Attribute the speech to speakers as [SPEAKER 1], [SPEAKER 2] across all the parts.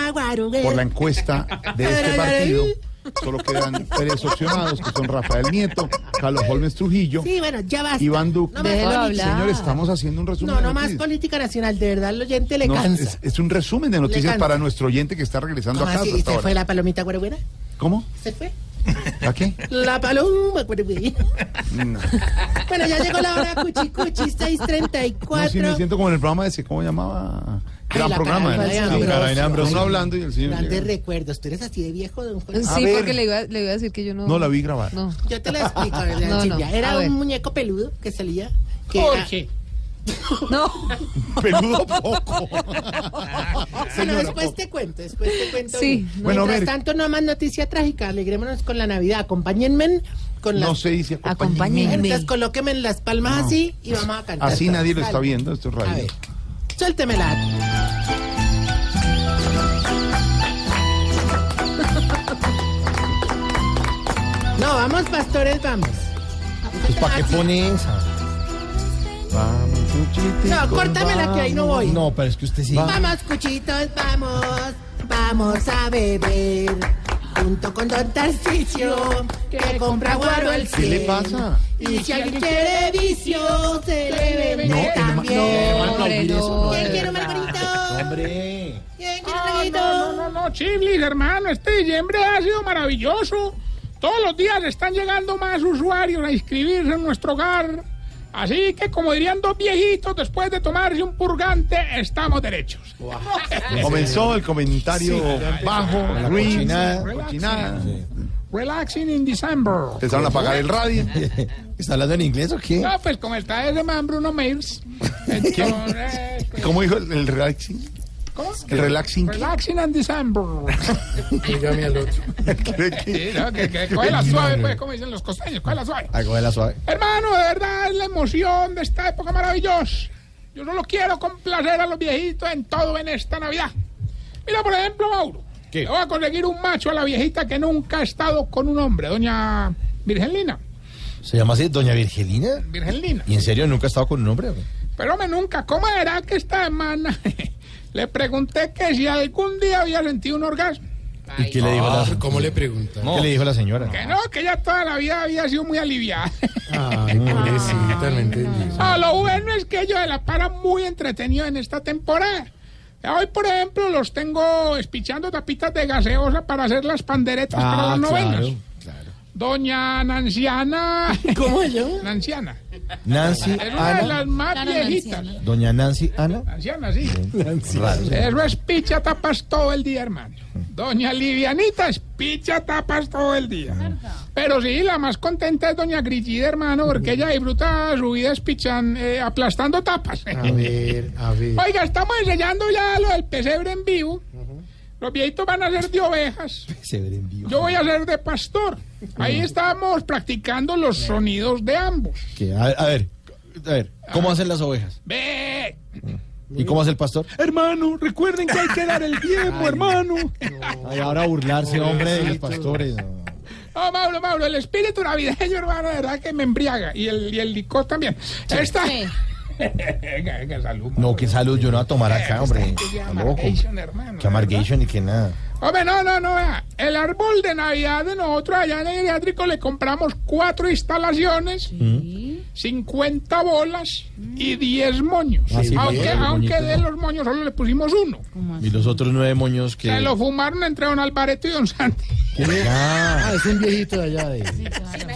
[SPEAKER 1] robaron. eh.
[SPEAKER 2] Por la encuesta de este partido, solo quedan tres opcionados, que son Rafael Nieto, Carlos Holmes Trujillo,
[SPEAKER 1] Sí, bueno, ya basta.
[SPEAKER 2] Iván Duque.
[SPEAKER 1] No más,
[SPEAKER 3] Déjelo
[SPEAKER 1] política.
[SPEAKER 3] hablar.
[SPEAKER 2] Señor, estamos haciendo un resumen.
[SPEAKER 1] no,
[SPEAKER 2] de
[SPEAKER 1] no más
[SPEAKER 2] noticias.
[SPEAKER 1] política nacional. De verdad, el oyente le
[SPEAKER 2] No,
[SPEAKER 1] cansa.
[SPEAKER 2] es, es un resumen de noticias
[SPEAKER 1] cansa.
[SPEAKER 2] para nuestro oyente que está regresando
[SPEAKER 1] ¿Cómo
[SPEAKER 2] a casa.
[SPEAKER 1] así? ¿Y
[SPEAKER 2] hasta
[SPEAKER 1] ¿Se fue
[SPEAKER 2] ahora.
[SPEAKER 1] la palomita güeragüera?
[SPEAKER 2] ¿Cómo?
[SPEAKER 1] ¿Se fue?
[SPEAKER 2] ¿A qué?
[SPEAKER 1] La paloma güeragüera.
[SPEAKER 2] No.
[SPEAKER 1] Bueno, ya llegó la hora cuchicuchi,
[SPEAKER 2] No, sí, me
[SPEAKER 1] 634.
[SPEAKER 2] siento como en el programa ese, ¿cómo llamaba? Gran
[SPEAKER 1] la
[SPEAKER 2] programa.
[SPEAKER 1] Carolina
[SPEAKER 2] ¿eh?
[SPEAKER 1] Ambrosio.
[SPEAKER 2] Carolina Ambrosio. Uno hablando Ah. y el señor.
[SPEAKER 1] Grandes
[SPEAKER 2] llega.
[SPEAKER 1] recuerdos. Tú eres así de viejo, don Juan.
[SPEAKER 3] Pues Sí,
[SPEAKER 2] ver.
[SPEAKER 3] porque le iba, le iba a decir que yo no.
[SPEAKER 2] No la vi grabar.
[SPEAKER 3] No.
[SPEAKER 1] Yo te lo explico, ¿verdad,
[SPEAKER 3] No, no,
[SPEAKER 1] Silvia?
[SPEAKER 3] a
[SPEAKER 1] Era
[SPEAKER 3] ver.
[SPEAKER 1] un muñeco peludo que salía. Que
[SPEAKER 4] Jorge.
[SPEAKER 3] No.
[SPEAKER 2] Peludo poco.
[SPEAKER 1] Era... Ah, Bueno,
[SPEAKER 2] Señora,
[SPEAKER 1] después
[SPEAKER 2] poco.
[SPEAKER 1] te cuento, después te cuento.
[SPEAKER 3] Sí.
[SPEAKER 1] bien.
[SPEAKER 2] Bueno, a
[SPEAKER 1] Mientras
[SPEAKER 2] ver.
[SPEAKER 1] tanto, no más noticia trágica. Alegrémonos con la Navidad. Acompáñenme con las...
[SPEAKER 2] No se dice
[SPEAKER 3] Acompáñenme.
[SPEAKER 2] acompañamiento.
[SPEAKER 1] Entonces, colóquenme en las palmas así y vamos a cantar.
[SPEAKER 2] Así nadie lo está
[SPEAKER 1] Dale.
[SPEAKER 2] viendo, esto es
[SPEAKER 1] A
[SPEAKER 2] radio.
[SPEAKER 1] ver, suéltemela. No, vamos, pastores, vamos. Ah,
[SPEAKER 4] Pues ¿para qué pone esa?
[SPEAKER 2] Vamos, cuchito,
[SPEAKER 1] No,
[SPEAKER 2] con-
[SPEAKER 1] córtamela que ahí no voy.
[SPEAKER 4] No, pero es que usted sí.
[SPEAKER 1] Vamos, cuchitos, vamos, vamos a beber. Junto con Don Tarcicio, que compra guaro al
[SPEAKER 2] ¿Qué le
[SPEAKER 1] 100.
[SPEAKER 2] pasa?
[SPEAKER 1] Y si alguien quiere vicio, se le vende
[SPEAKER 2] No, el ma-
[SPEAKER 1] también.
[SPEAKER 2] no,
[SPEAKER 3] Hombre,
[SPEAKER 2] aplaudir eso, no.
[SPEAKER 3] no.
[SPEAKER 1] ¿Quién quiere un margarito?
[SPEAKER 4] Hombre.
[SPEAKER 1] ¿Quién quiere un
[SPEAKER 5] Ah,
[SPEAKER 1] margarito?
[SPEAKER 5] No, no, no, no, Chiblis, hermano, este diciembre ha sido maravilloso. Todos los días están llegando más usuarios a inscribirse en nuestro hogar. Así que, como dirían dos viejitos, después de tomarse un purgante, estamos derechos.
[SPEAKER 2] Comenzó el comentario bajo,
[SPEAKER 4] la
[SPEAKER 2] ruin,
[SPEAKER 4] cochinada.
[SPEAKER 2] cochinada.
[SPEAKER 5] Relaxing in December.
[SPEAKER 2] Empezaron a apagar el radio.
[SPEAKER 4] ¿Está hablando en inglés o qué?
[SPEAKER 5] No, pues como está ese man Bruno Mills. Entonces, pues,
[SPEAKER 2] ¿Cómo dijo el, el relaxing?
[SPEAKER 5] ¿cómo?
[SPEAKER 2] El relaxing.
[SPEAKER 5] Relaxing in December.
[SPEAKER 4] Dígame al otro.
[SPEAKER 2] ¿Cree que-
[SPEAKER 5] Sí, no, que, que coge la suave, pues, como dicen los costeños, coge la suave.
[SPEAKER 4] Hago de la suave.
[SPEAKER 5] Hermano, de verdad es la emoción de esta época maravillosa. Yo solo quiero complacer a los viejitos en todo en esta Navidad. Mira, por ejemplo, Mauro.
[SPEAKER 4] ¿Qué?
[SPEAKER 5] Le voy a conseguir un macho a la viejita que nunca ha estado con un hombre, doña Virgelina.
[SPEAKER 4] ¿Se llama así Doña Virgelina?
[SPEAKER 5] Virgelina.
[SPEAKER 4] ¿Y en serio nunca ha estado con un hombre? güey?
[SPEAKER 5] Pero me nunca, ¿cómo era que esta hermana le pregunté que si algún día había sentido un orgasmo?
[SPEAKER 4] ¿Y qué le dijo la,
[SPEAKER 6] ¿Cómo le pregunta?
[SPEAKER 4] ¿qué le dijo la señora?
[SPEAKER 5] Que no, que ella toda la vida había sido muy aliviada.
[SPEAKER 6] Ay, pobrecita, no entendí.
[SPEAKER 5] Ah, lo bueno es que ellos se la paran muy entretenidos en esta temporada. Hoy, por ejemplo, los tengo espichando tapitas de gaseosa para hacer las panderetas para las novenas.
[SPEAKER 4] Ah, claro.
[SPEAKER 5] Doña Nanciana.
[SPEAKER 1] ¿Cómo yo?
[SPEAKER 5] Nanciana.
[SPEAKER 4] Nancy
[SPEAKER 5] Es una de
[SPEAKER 4] Ana.
[SPEAKER 5] las más
[SPEAKER 3] Claro,
[SPEAKER 5] viejitas.
[SPEAKER 4] Doña Nancy Ana.
[SPEAKER 5] Nanciana, sí.
[SPEAKER 4] Raro.
[SPEAKER 5] Eso es picha tapas todo el día, hermano. Doña Livianita es picha tapas todo el día. Pero sí, la más contenta es doña Grillida, hermano, porque ella disfruta su vida espichan, eh, aplastando tapas.
[SPEAKER 4] Ah.
[SPEAKER 6] A ver, a ver.
[SPEAKER 5] Oiga, estamos enseñando ya lo del pesebre en vivo. Los viejitos van a ser de ovejas.
[SPEAKER 4] Se ve en vivo.
[SPEAKER 5] Yo voy a ser de pastor. Ahí estamos practicando los sonidos de ambos.
[SPEAKER 4] ¿Qué? A, ver, a ver, a ver, ¿cómo hacen las ovejas?
[SPEAKER 5] Ve.
[SPEAKER 4] ¿Y cómo hace el pastor?
[SPEAKER 5] Hermano, recuerden que hay que dar el diezmo, hermano.
[SPEAKER 4] Ay, ahora a burlarse, hombre, de los pastores. no.
[SPEAKER 5] Oh, Mauro, Mauro, el espíritu navideño, hermano, de verdad que me embriaga. Y el, y el licor también. Esta.
[SPEAKER 3] Sí.
[SPEAKER 5] Venga, venga, salud.
[SPEAKER 4] No, qué salud, yo no voy a tomar acá, hombre.
[SPEAKER 5] Que
[SPEAKER 4] Está loco.
[SPEAKER 5] amargation, hermano.
[SPEAKER 4] Que amargation y que nada.
[SPEAKER 5] Hombre, no, no, no. vea. El árbol de Navidad de nosotros allá en el geriátrico le compramos cuatro instalaciones, 50 bolas y 10 moños.
[SPEAKER 4] Ah, sí,
[SPEAKER 5] aunque
[SPEAKER 4] bonito,
[SPEAKER 5] aunque
[SPEAKER 4] bonito,
[SPEAKER 5] de
[SPEAKER 4] ¿no?
[SPEAKER 5] los moños solo le pusimos uno.
[SPEAKER 4] Y los otros nueve moños que.
[SPEAKER 5] Se lo fumaron entre don Alvareto y don Santi.
[SPEAKER 4] Ah,
[SPEAKER 6] Es un viejito de allá de.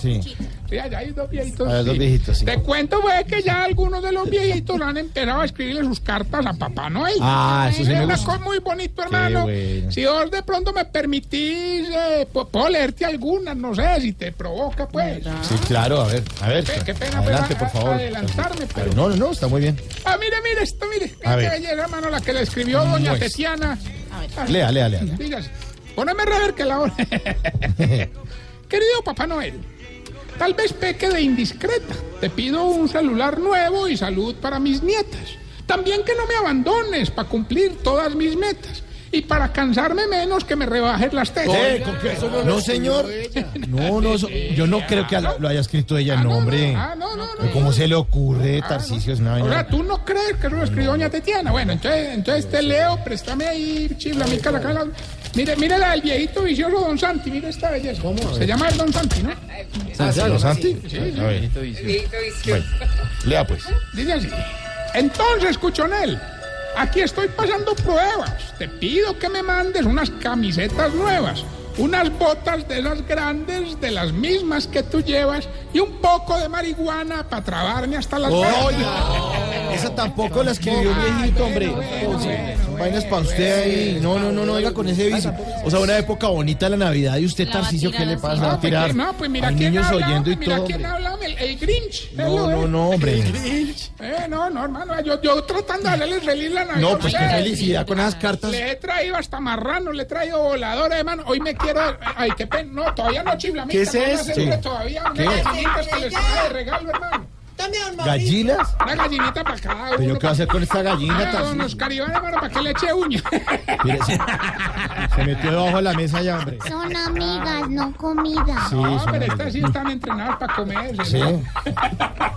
[SPEAKER 4] sí.
[SPEAKER 5] Sí, allá hay dos viejitos.
[SPEAKER 4] Ah, dos
[SPEAKER 5] sí.
[SPEAKER 4] viejitos, sí.
[SPEAKER 5] Te cuento, pues, que ya algunos de los viejitos han empezado a escribirle sus cartas a Papá Noel.
[SPEAKER 4] Ah, eso sí
[SPEAKER 5] Es
[SPEAKER 4] me
[SPEAKER 5] una
[SPEAKER 4] gusta.
[SPEAKER 5] cosa muy bonito, hermano.
[SPEAKER 4] bueno.
[SPEAKER 5] Si vos de pronto me permitís, eh, pu- puedo leerte algunas, no sé, si te provoca, pues.
[SPEAKER 4] Sí, claro, a ver, a ver.
[SPEAKER 5] Qué- qué pena,
[SPEAKER 4] adelante,
[SPEAKER 5] pero
[SPEAKER 4] por
[SPEAKER 5] a-
[SPEAKER 4] favor.
[SPEAKER 5] adelantarme, pero-
[SPEAKER 4] No, no, no, está muy bien.
[SPEAKER 5] Ah, mire, mire esto, mire.
[SPEAKER 4] A
[SPEAKER 5] Mira qué
[SPEAKER 4] ver.
[SPEAKER 5] belleza, hermano, la que le escribió doña
[SPEAKER 4] Pues.
[SPEAKER 5] Tetiana.
[SPEAKER 4] Lea, lea, lea. lea.
[SPEAKER 5] Dígase. Póname a rever que la hora. Querido Papá Noel, tal vez peque de indiscreta. Te pido un celular nuevo y salud para mis nietas. También que no me abandones para cumplir todas mis metas. y para cansarme menos que me rebajes las tesis.
[SPEAKER 4] Eh, ¿con qué? No, señor. No, no, eso- yo no creo que lo haya escrito ella el
[SPEAKER 5] no,
[SPEAKER 4] nombre.
[SPEAKER 5] no, ah, no, no, no. Ah,
[SPEAKER 4] Pero ¿Cómo se le ocurre, Tarcisio? Es una
[SPEAKER 5] O
[SPEAKER 4] vaina.
[SPEAKER 5] sea, tú no crees que eso lo escribió doña Tetiana. Bueno, entonces, entonces te leo, préstame ahí, chifla, mi cara, cara. Mire, mire la del viejito vicioso Don Santi, mira esta belleza. Se llama el Don Santi, ¿no?
[SPEAKER 4] ¿Santiago Santi? A ver. Bueno, lea pues.
[SPEAKER 5] Dice así. Entonces, Cuchonel, aquí estoy pasando pruebas. Te pido que me mandes unas camisetas nuevas, unas botas de las grandes, de las mismas que tú llevas, y un poco de marihuana para trabarme hasta las
[SPEAKER 4] Oiga, esa tampoco la escribió el viejito, hombre. Son vainas para usted ahí. No, no, no, no, oiga con ese vicio. O sea, una época bonita la Navidad y usted,
[SPEAKER 3] La va a
[SPEAKER 4] Tarcisio, ¿qué
[SPEAKER 3] tirar
[SPEAKER 4] le
[SPEAKER 3] así.
[SPEAKER 4] pasa?
[SPEAKER 3] No,
[SPEAKER 4] Va a
[SPEAKER 5] pues,
[SPEAKER 4] tirar.
[SPEAKER 5] ¿quién- No, pues mira
[SPEAKER 4] Hay
[SPEAKER 5] quién
[SPEAKER 4] niños
[SPEAKER 5] habla,
[SPEAKER 4] oyendo y
[SPEAKER 5] mira
[SPEAKER 4] todo.
[SPEAKER 5] quién
[SPEAKER 4] hombre.
[SPEAKER 5] habla, el, el Grinch.
[SPEAKER 4] No, no, no, hombre.
[SPEAKER 5] Eh, no, no, hermano, yo, yo tratando de hacerles feliz la Navidad.
[SPEAKER 4] No, pues qué
[SPEAKER 5] Eh,
[SPEAKER 4] felicidad con esas cartas.
[SPEAKER 5] Le he traído hasta marrano, le he traído voladora, hermano. Hoy me quiero. Ay, qué pena. No, todavía no chifla. ¿Qué es
[SPEAKER 4] esto?
[SPEAKER 5] Todavía unas gallinitas que les traje de regalo, hermano.
[SPEAKER 1] Dame un Mauricio.
[SPEAKER 4] ¿Gallinas?
[SPEAKER 5] Una gallinita para cada uno.
[SPEAKER 4] ¿Pero qué va a
[SPEAKER 5] para-
[SPEAKER 4] hacer con esta gallina,
[SPEAKER 5] Ah, Don
[SPEAKER 4] Tarcisio?
[SPEAKER 5] Oscar Iván, hermano, para que le eche uña.
[SPEAKER 4] Mire, se, se metió debajo de la mesa ya, hombre.
[SPEAKER 7] Son amigas, no comida.
[SPEAKER 5] No,
[SPEAKER 4] sí,
[SPEAKER 5] pero
[SPEAKER 4] sí.
[SPEAKER 5] estas sí están entrenadas para comer.
[SPEAKER 4] Sí.
[SPEAKER 5] Bueno,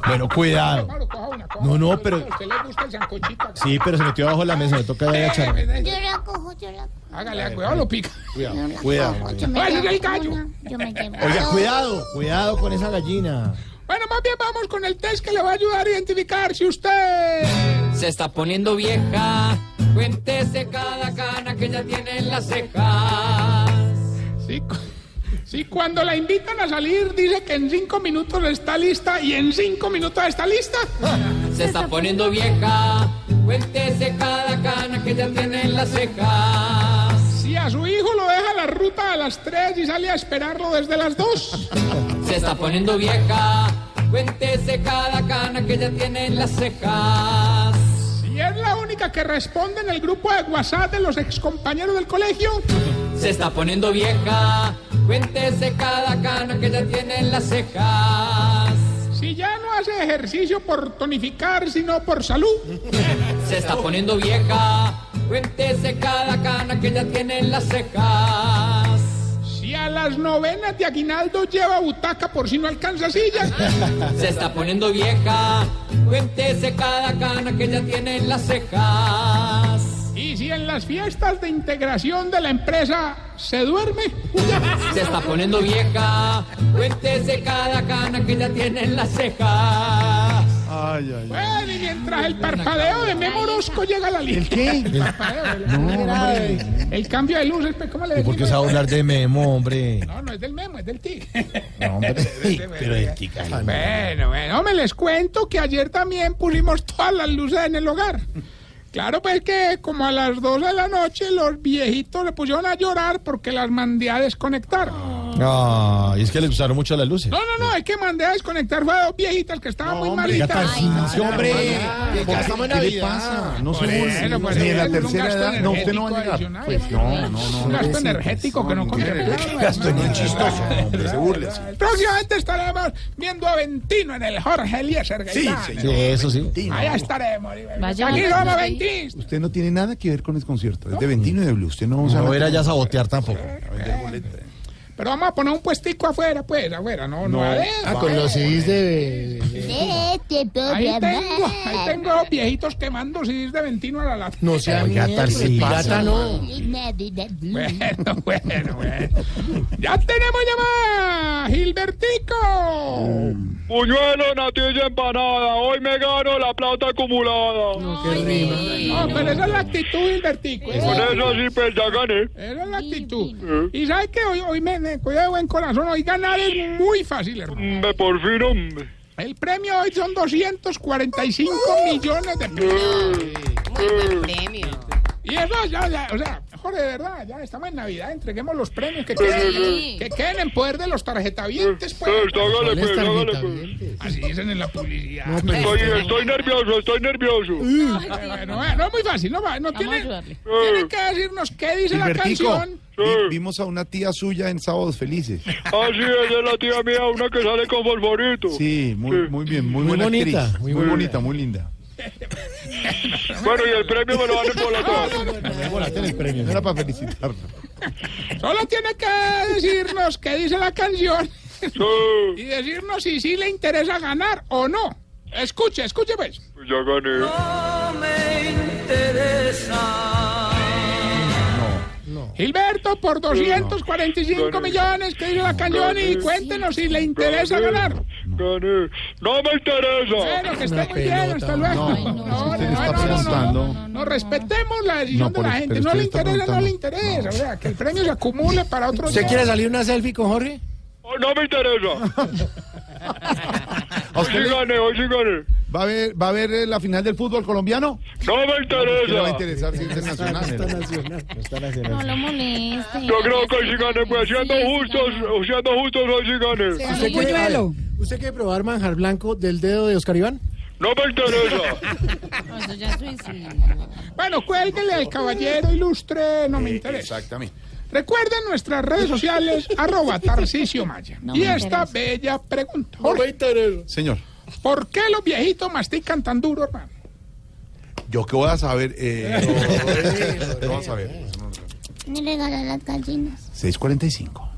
[SPEAKER 4] Bueno, cuidado.
[SPEAKER 5] coja una, coja
[SPEAKER 4] No, no,
[SPEAKER 5] una.
[SPEAKER 4] pero-
[SPEAKER 5] ¿A usted le gusta el sancochito? eh, acá?
[SPEAKER 4] Sí, pero se metió debajo de la mesa, me toca ya echar.
[SPEAKER 7] Yo la cojo, yo la cojo.
[SPEAKER 5] Hágale, ah, cuidado, lo pica.
[SPEAKER 7] yo la
[SPEAKER 4] cuidado,
[SPEAKER 7] cojo,
[SPEAKER 4] cuidado.
[SPEAKER 7] yo me
[SPEAKER 5] ¡Ay,
[SPEAKER 7] llevo
[SPEAKER 5] el gallo!
[SPEAKER 7] una, Yo me llevo
[SPEAKER 4] Oiga,
[SPEAKER 7] dos.
[SPEAKER 4] cuidado, cuidado con esa gallina.
[SPEAKER 5] Bueno, más bien vamos con el test que le va a ayudar a identificar si usted.
[SPEAKER 8] Se está poniendo vieja. Cuéntese cada cana que ya tiene en las cejas.
[SPEAKER 5] Sí, cu- sí, cuando la invitan a salir, dice que en cinco minutos está lista y en cinco minutos está lista.
[SPEAKER 8] Se está poniendo vieja. Cuéntese cada cana que ya tiene en las cejas.
[SPEAKER 5] Si a su hijo lo deja a la ruta a las tres y sale a esperarlo desde las dos.
[SPEAKER 8] Se está poniendo vieja. Cuéntese cada cana que ya tiene en las cejas.
[SPEAKER 5] Si es la única que responde en el grupo de WhatsApp de los excompañeros del colegio.
[SPEAKER 8] Se está poniendo vieja. Cuéntese cada cana que ya tiene en las cejas.
[SPEAKER 5] Si ya no hace ejercicio por tonificar, sino por salud.
[SPEAKER 8] Se está poniendo vieja. Cuéntese cada cana que ya tiene en las cejas.
[SPEAKER 5] Si a las novenas de aguinaldo lleva butaca por si no alcanza silla.
[SPEAKER 8] Se está poniendo vieja. Cuéntese cada cana que ya tiene en las cejas.
[SPEAKER 5] Y si en las fiestas de integración de la empresa se duerme.
[SPEAKER 8] Se está poniendo vieja. Cuéntese cada cana que ya tiene en las cejas.
[SPEAKER 5] Bueno, y mientras el parpadeo de Memo Orozco llega a la lista. El parpadeo. El, el cambio de luces, pues, ¿cómo le
[SPEAKER 4] ¿Y por qué
[SPEAKER 5] decimos?
[SPEAKER 4] se va a hablar de Memo, hombre?
[SPEAKER 5] No, no es del Memo, es del Tig.
[SPEAKER 4] No, hombre. Pero el tica.
[SPEAKER 5] bueno, bueno, me les cuento que ayer también pusimos todas las luces en el hogar. Claro, pues que como a las 2 de la noche los viejitos le pusieron a llorar porque las mandé a desconectar.
[SPEAKER 4] Ah, y es que le gustaron mucho las luces.
[SPEAKER 5] No, no, no, es que mandé a desconectar fue a dos viejitas que estaban muy
[SPEAKER 4] Ya
[SPEAKER 5] malitas.
[SPEAKER 4] Tarcisio, hombre.
[SPEAKER 2] ¿Qué, ¿Qué le pasa? No se
[SPEAKER 5] Bueno, pues,
[SPEAKER 2] ni en la
[SPEAKER 5] un
[SPEAKER 2] tercera
[SPEAKER 5] gasto
[SPEAKER 2] edad. No, usted no va a
[SPEAKER 5] energético
[SPEAKER 2] llegar.
[SPEAKER 5] adicional,
[SPEAKER 2] Pues no, no, no.
[SPEAKER 5] Un
[SPEAKER 2] no.
[SPEAKER 5] gasto energético que no contemplaba.
[SPEAKER 2] chistoso. Hombre, se burles.
[SPEAKER 5] Próximamente estaremos viendo a Ventino en el Jorge Eliezer Gaitán.
[SPEAKER 4] Sí, eso sí.
[SPEAKER 5] Allá estaremos.
[SPEAKER 3] Vaya,
[SPEAKER 5] Aquí
[SPEAKER 3] vaya.
[SPEAKER 5] vamos, Ventis.
[SPEAKER 2] Usted no tiene nada que ver con el concierto. Es de Ventino y de Blue. Usted no sabe.
[SPEAKER 4] No era ya sabotear tampoco.
[SPEAKER 5] Pero vamos a poner un puestico afuera, pues, afuera. No, no,
[SPEAKER 6] Ah,
[SPEAKER 5] adentro.
[SPEAKER 6] con los CDs de...
[SPEAKER 7] De este
[SPEAKER 5] Ahí tengo,
[SPEAKER 7] programa.
[SPEAKER 5] ahí tengo dos viejitos quemando CDs de Ventino a la lata.
[SPEAKER 6] No sea
[SPEAKER 4] Oiga,
[SPEAKER 6] mierda,
[SPEAKER 4] Tarcisio.
[SPEAKER 6] pirata no.
[SPEAKER 5] Bueno, bueno, bueno. Ya tenemos llamada, Gilbertico.
[SPEAKER 3] Mm.
[SPEAKER 9] Puñuelo, natilla, empanada. Hoy me gano la plata acumulada.
[SPEAKER 5] No, pero esa es la actitud, Gilbertico.
[SPEAKER 9] Con eso sí, pues ya gané.
[SPEAKER 5] Esa es la actitud. Y sabes que hoy, hoy me, me cuida de buen corazón. Hoy ganar es muy fácil, hermano.
[SPEAKER 9] Hombre, por fin, hombre.
[SPEAKER 5] El premio hoy son 245 millones de pesos.
[SPEAKER 3] Mm.
[SPEAKER 5] Y eso ya, ya, o sea, Jorge, de verdad, ya estamos en Navidad, entreguemos los premios que queden,
[SPEAKER 3] Sí.
[SPEAKER 5] que queden en poder de los tarjetavientes, pues.
[SPEAKER 9] Pues, hágale, pues, hágale, pues.
[SPEAKER 6] Tarjeta.
[SPEAKER 5] Así dicen en la publicidad.
[SPEAKER 9] Estoy, estoy nervioso, estoy nervioso.
[SPEAKER 5] Eh, bueno, bueno, no es muy fácil, no, va- no
[SPEAKER 3] Vamos a
[SPEAKER 5] tiene,
[SPEAKER 3] ayudarle.
[SPEAKER 5] tiene
[SPEAKER 8] Ah,
[SPEAKER 5] que decirnos qué dice la
[SPEAKER 2] Gilbertico,
[SPEAKER 5] canción.
[SPEAKER 2] vi- vimos a una tía suya en Sábados Felices.
[SPEAKER 9] Así es, es la tía mía, una que sale con fosforito.
[SPEAKER 2] Sí, muy, muy bien, muy,
[SPEAKER 6] Muy
[SPEAKER 2] buena
[SPEAKER 6] bonita,
[SPEAKER 2] actriz.
[SPEAKER 6] muy
[SPEAKER 2] Muy, bonita, muy linda.
[SPEAKER 8] Bueno, y el premio me lo van a embolar.
[SPEAKER 2] el premio, no era para felicitarlo.
[SPEAKER 5] Solo tiene que decirnos qué dice la canción y
[SPEAKER 8] Sí,
[SPEAKER 5] decirnos si sí le interesa ganar o no. Escuche, escuche pues.
[SPEAKER 8] ya gané.
[SPEAKER 5] Gilberto, por 245 millones, que dice la cañón y cuéntenos si le interesa ganar.
[SPEAKER 8] Gané. No me interesa.
[SPEAKER 5] Pero que esté muy bien, hasta luego.
[SPEAKER 2] No,
[SPEAKER 5] No,
[SPEAKER 2] es que usted le está
[SPEAKER 5] no, no, no, no,
[SPEAKER 2] preguntando.
[SPEAKER 5] No respetemos la decisión
[SPEAKER 2] No,
[SPEAKER 5] de la
[SPEAKER 2] pero-
[SPEAKER 5] gente.
[SPEAKER 2] pero
[SPEAKER 5] No
[SPEAKER 2] usted le
[SPEAKER 5] le
[SPEAKER 2] está
[SPEAKER 5] interesa, no le interesa. O sea, que el premio se acumule para otro día.
[SPEAKER 4] salir una selfie con Jorge?
[SPEAKER 8] Oh, No me interesa.
[SPEAKER 2] ¿A
[SPEAKER 8] Hoy
[SPEAKER 2] usted
[SPEAKER 8] sí
[SPEAKER 2] le-
[SPEAKER 8] gané, hoy sí gané.
[SPEAKER 2] ¿Va a ver, va a ver eh, la final del fútbol colombiano?
[SPEAKER 8] No me
[SPEAKER 2] ¿Qué le va a
[SPEAKER 8] interesa.
[SPEAKER 2] interesar si es internacional?
[SPEAKER 7] No lo moleste.
[SPEAKER 8] Yo creo que hoy sí gané, pues siendo justos, siendo justos hoy sí gané.
[SPEAKER 4] ¿Usted quiere, a ver, ¿Usted quiere probar manjar blanco del dedo de Oscar Iván?
[SPEAKER 8] No me interesa.
[SPEAKER 7] No, eso ya es suicidio.
[SPEAKER 5] Bueno, cuélguele al caballero ilustre, no me interesa.
[SPEAKER 2] Exactamente.
[SPEAKER 5] Recuerden nuestras redes sociales, arroba Tarcisio Maya.
[SPEAKER 7] No
[SPEAKER 5] y
[SPEAKER 7] me
[SPEAKER 5] esta
[SPEAKER 7] interesa.
[SPEAKER 5] bella pregunta. Jorge,
[SPEAKER 2] Señor,
[SPEAKER 5] ¿por qué los viejitos mastican tan duro, hermano?
[SPEAKER 2] yo qué voy a saber. Eh, yo- ¿Qué voy a saber?
[SPEAKER 7] Me regalan las gallinas.
[SPEAKER 2] 6.45.